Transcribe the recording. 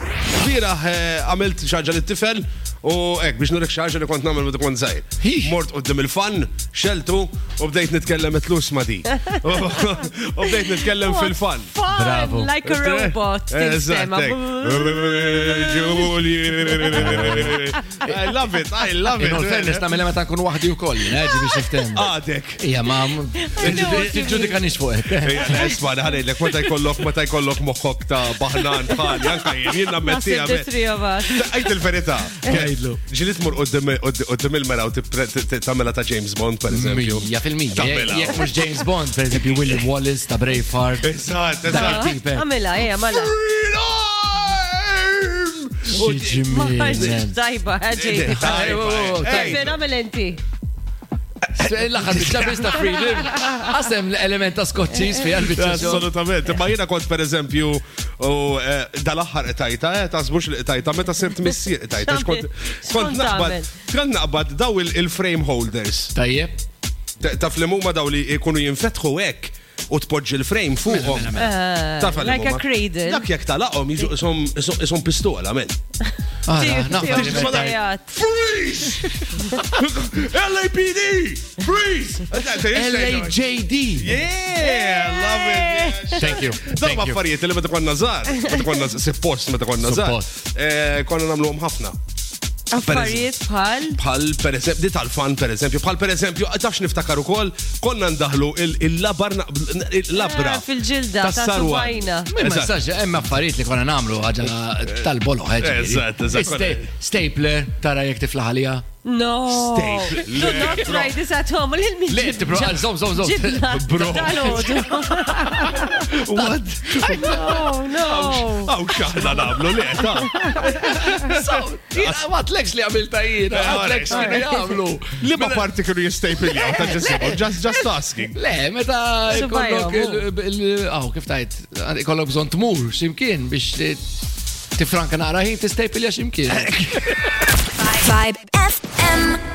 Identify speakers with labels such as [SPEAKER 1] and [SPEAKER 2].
[SPEAKER 1] il-bira għamilt xaġa li tifel u ek biex nurek xaġa li kont namel meta kont zaħir. Mort qoddim il-fan, xeltu u bdejt nitkellem it-lus ma di. U bdejt nitkellem Eh, fil-fan.
[SPEAKER 2] Bravo. Eh,
[SPEAKER 3] Fun, like a robot. tinsema.
[SPEAKER 1] I love it, I love
[SPEAKER 2] In all fairness,
[SPEAKER 1] it.
[SPEAKER 2] namel meta kun wahdi u koll, neġi biex niftem.
[SPEAKER 1] Għadek.
[SPEAKER 2] Ija, mam. Tiġudika nix fuq.
[SPEAKER 1] Isma, ħanejlek, meta jkollok, meta jkollok moħħok ta' baħnan, bħal, janka jien, jien nammetti
[SPEAKER 3] Massive the three of us.
[SPEAKER 1] Għajt il-verita.
[SPEAKER 2] Għajdlu.
[SPEAKER 1] Ġilit mur qoddim il-mera u tamela ta' James Bond, per eżempju.
[SPEAKER 2] Mija fil-mija.
[SPEAKER 1] Tammela.
[SPEAKER 2] Jek mux James Bond, per eżempju, William Wallace ta' Braveheart.
[SPEAKER 1] Eżat,
[SPEAKER 2] Dak
[SPEAKER 1] eżat.
[SPEAKER 2] il-tip, eh.
[SPEAKER 3] Għamela, eja, mala.
[SPEAKER 2] Xi
[SPEAKER 3] Ma
[SPEAKER 2] ġimien,
[SPEAKER 3] ħarġiġ
[SPEAKER 2] man.
[SPEAKER 3] dajba, ħagġi.
[SPEAKER 2] Ej.
[SPEAKER 3] Fejn għamel inti?
[SPEAKER 2] L-axar biex ta' freedom. Għasem l-element ta' skoċċis fi għalbi
[SPEAKER 1] Assolutament, ma jiena kont per eżempju u dal-axħar tajta, eh, tasbux tajta, meta sirt missir tajta. Kont naqbad, kont naqbad daw il-frame holders.
[SPEAKER 2] Tajjeb.
[SPEAKER 1] Taf li mumma daw li jkunu jinfetħu hekk u tpoġġi l-frame fuqhom. Taf li
[SPEAKER 3] Eh, like a
[SPEAKER 1] huma.
[SPEAKER 3] cradle.
[SPEAKER 1] Dak jekk talaqhom jiġu isom- isom isom pistola, men.
[SPEAKER 2] Għara,
[SPEAKER 3] Tiħu
[SPEAKER 1] li ma
[SPEAKER 2] naħfad.
[SPEAKER 3] dajat.
[SPEAKER 1] Freeze! LAPD! Freeze!
[SPEAKER 2] LAJD.
[SPEAKER 1] Yeah, love it. yeah.
[SPEAKER 2] Thank you.
[SPEAKER 1] Dawn
[SPEAKER 2] Thank you.
[SPEAKER 1] affarijiet li meta konna żgħar, meta konna suppost meta konna żgħar,
[SPEAKER 2] Suppost.
[SPEAKER 1] eh, konna nagħmluhom ħafna.
[SPEAKER 3] Affarijiet bħal.
[SPEAKER 1] Bħal per eżempju, di tal-fan per eżempju, bħal per eżempju, tafx niftakar ukoll, konna ndaħlu il- il-labar, na- il-labra.
[SPEAKER 3] Ah, Fil-ġilda, ta'
[SPEAKER 1] Tas-sarwa.
[SPEAKER 3] sarwajna.
[SPEAKER 2] Ma
[SPEAKER 1] Eżatt.
[SPEAKER 2] jistax, hemm affarijiet li konna nagħmlu ħaġa tal-bolo ħeġa.
[SPEAKER 1] Eżatt, eżatt,
[SPEAKER 2] Sta-
[SPEAKER 1] konna-
[SPEAKER 2] Stapler, tara jek tiflaħalija.
[SPEAKER 3] No.
[SPEAKER 1] Staple.
[SPEAKER 3] Do not try this at home. Lil min
[SPEAKER 2] Le, tipro, zom, zom, zom.
[SPEAKER 3] ġibna.
[SPEAKER 1] Bro.
[SPEAKER 3] Tal-ħodu.
[SPEAKER 1] What?
[SPEAKER 3] No, no.
[SPEAKER 1] Aw, xaħna nagħmlu le, ta'
[SPEAKER 2] Għatleks li għamilta jien, għatleks li għamlu. Mela-
[SPEAKER 1] li ma parti kienu jistejpiljaw ta' ġisimu, just just asking.
[SPEAKER 2] Le, meta
[SPEAKER 3] Subajom,
[SPEAKER 2] kollok il-għaw, kif tajt, kollok bżon tmur, ximkien biex ti- tifranka naqra ħin tistejpilja ximkien.
[SPEAKER 4] Vibe FM.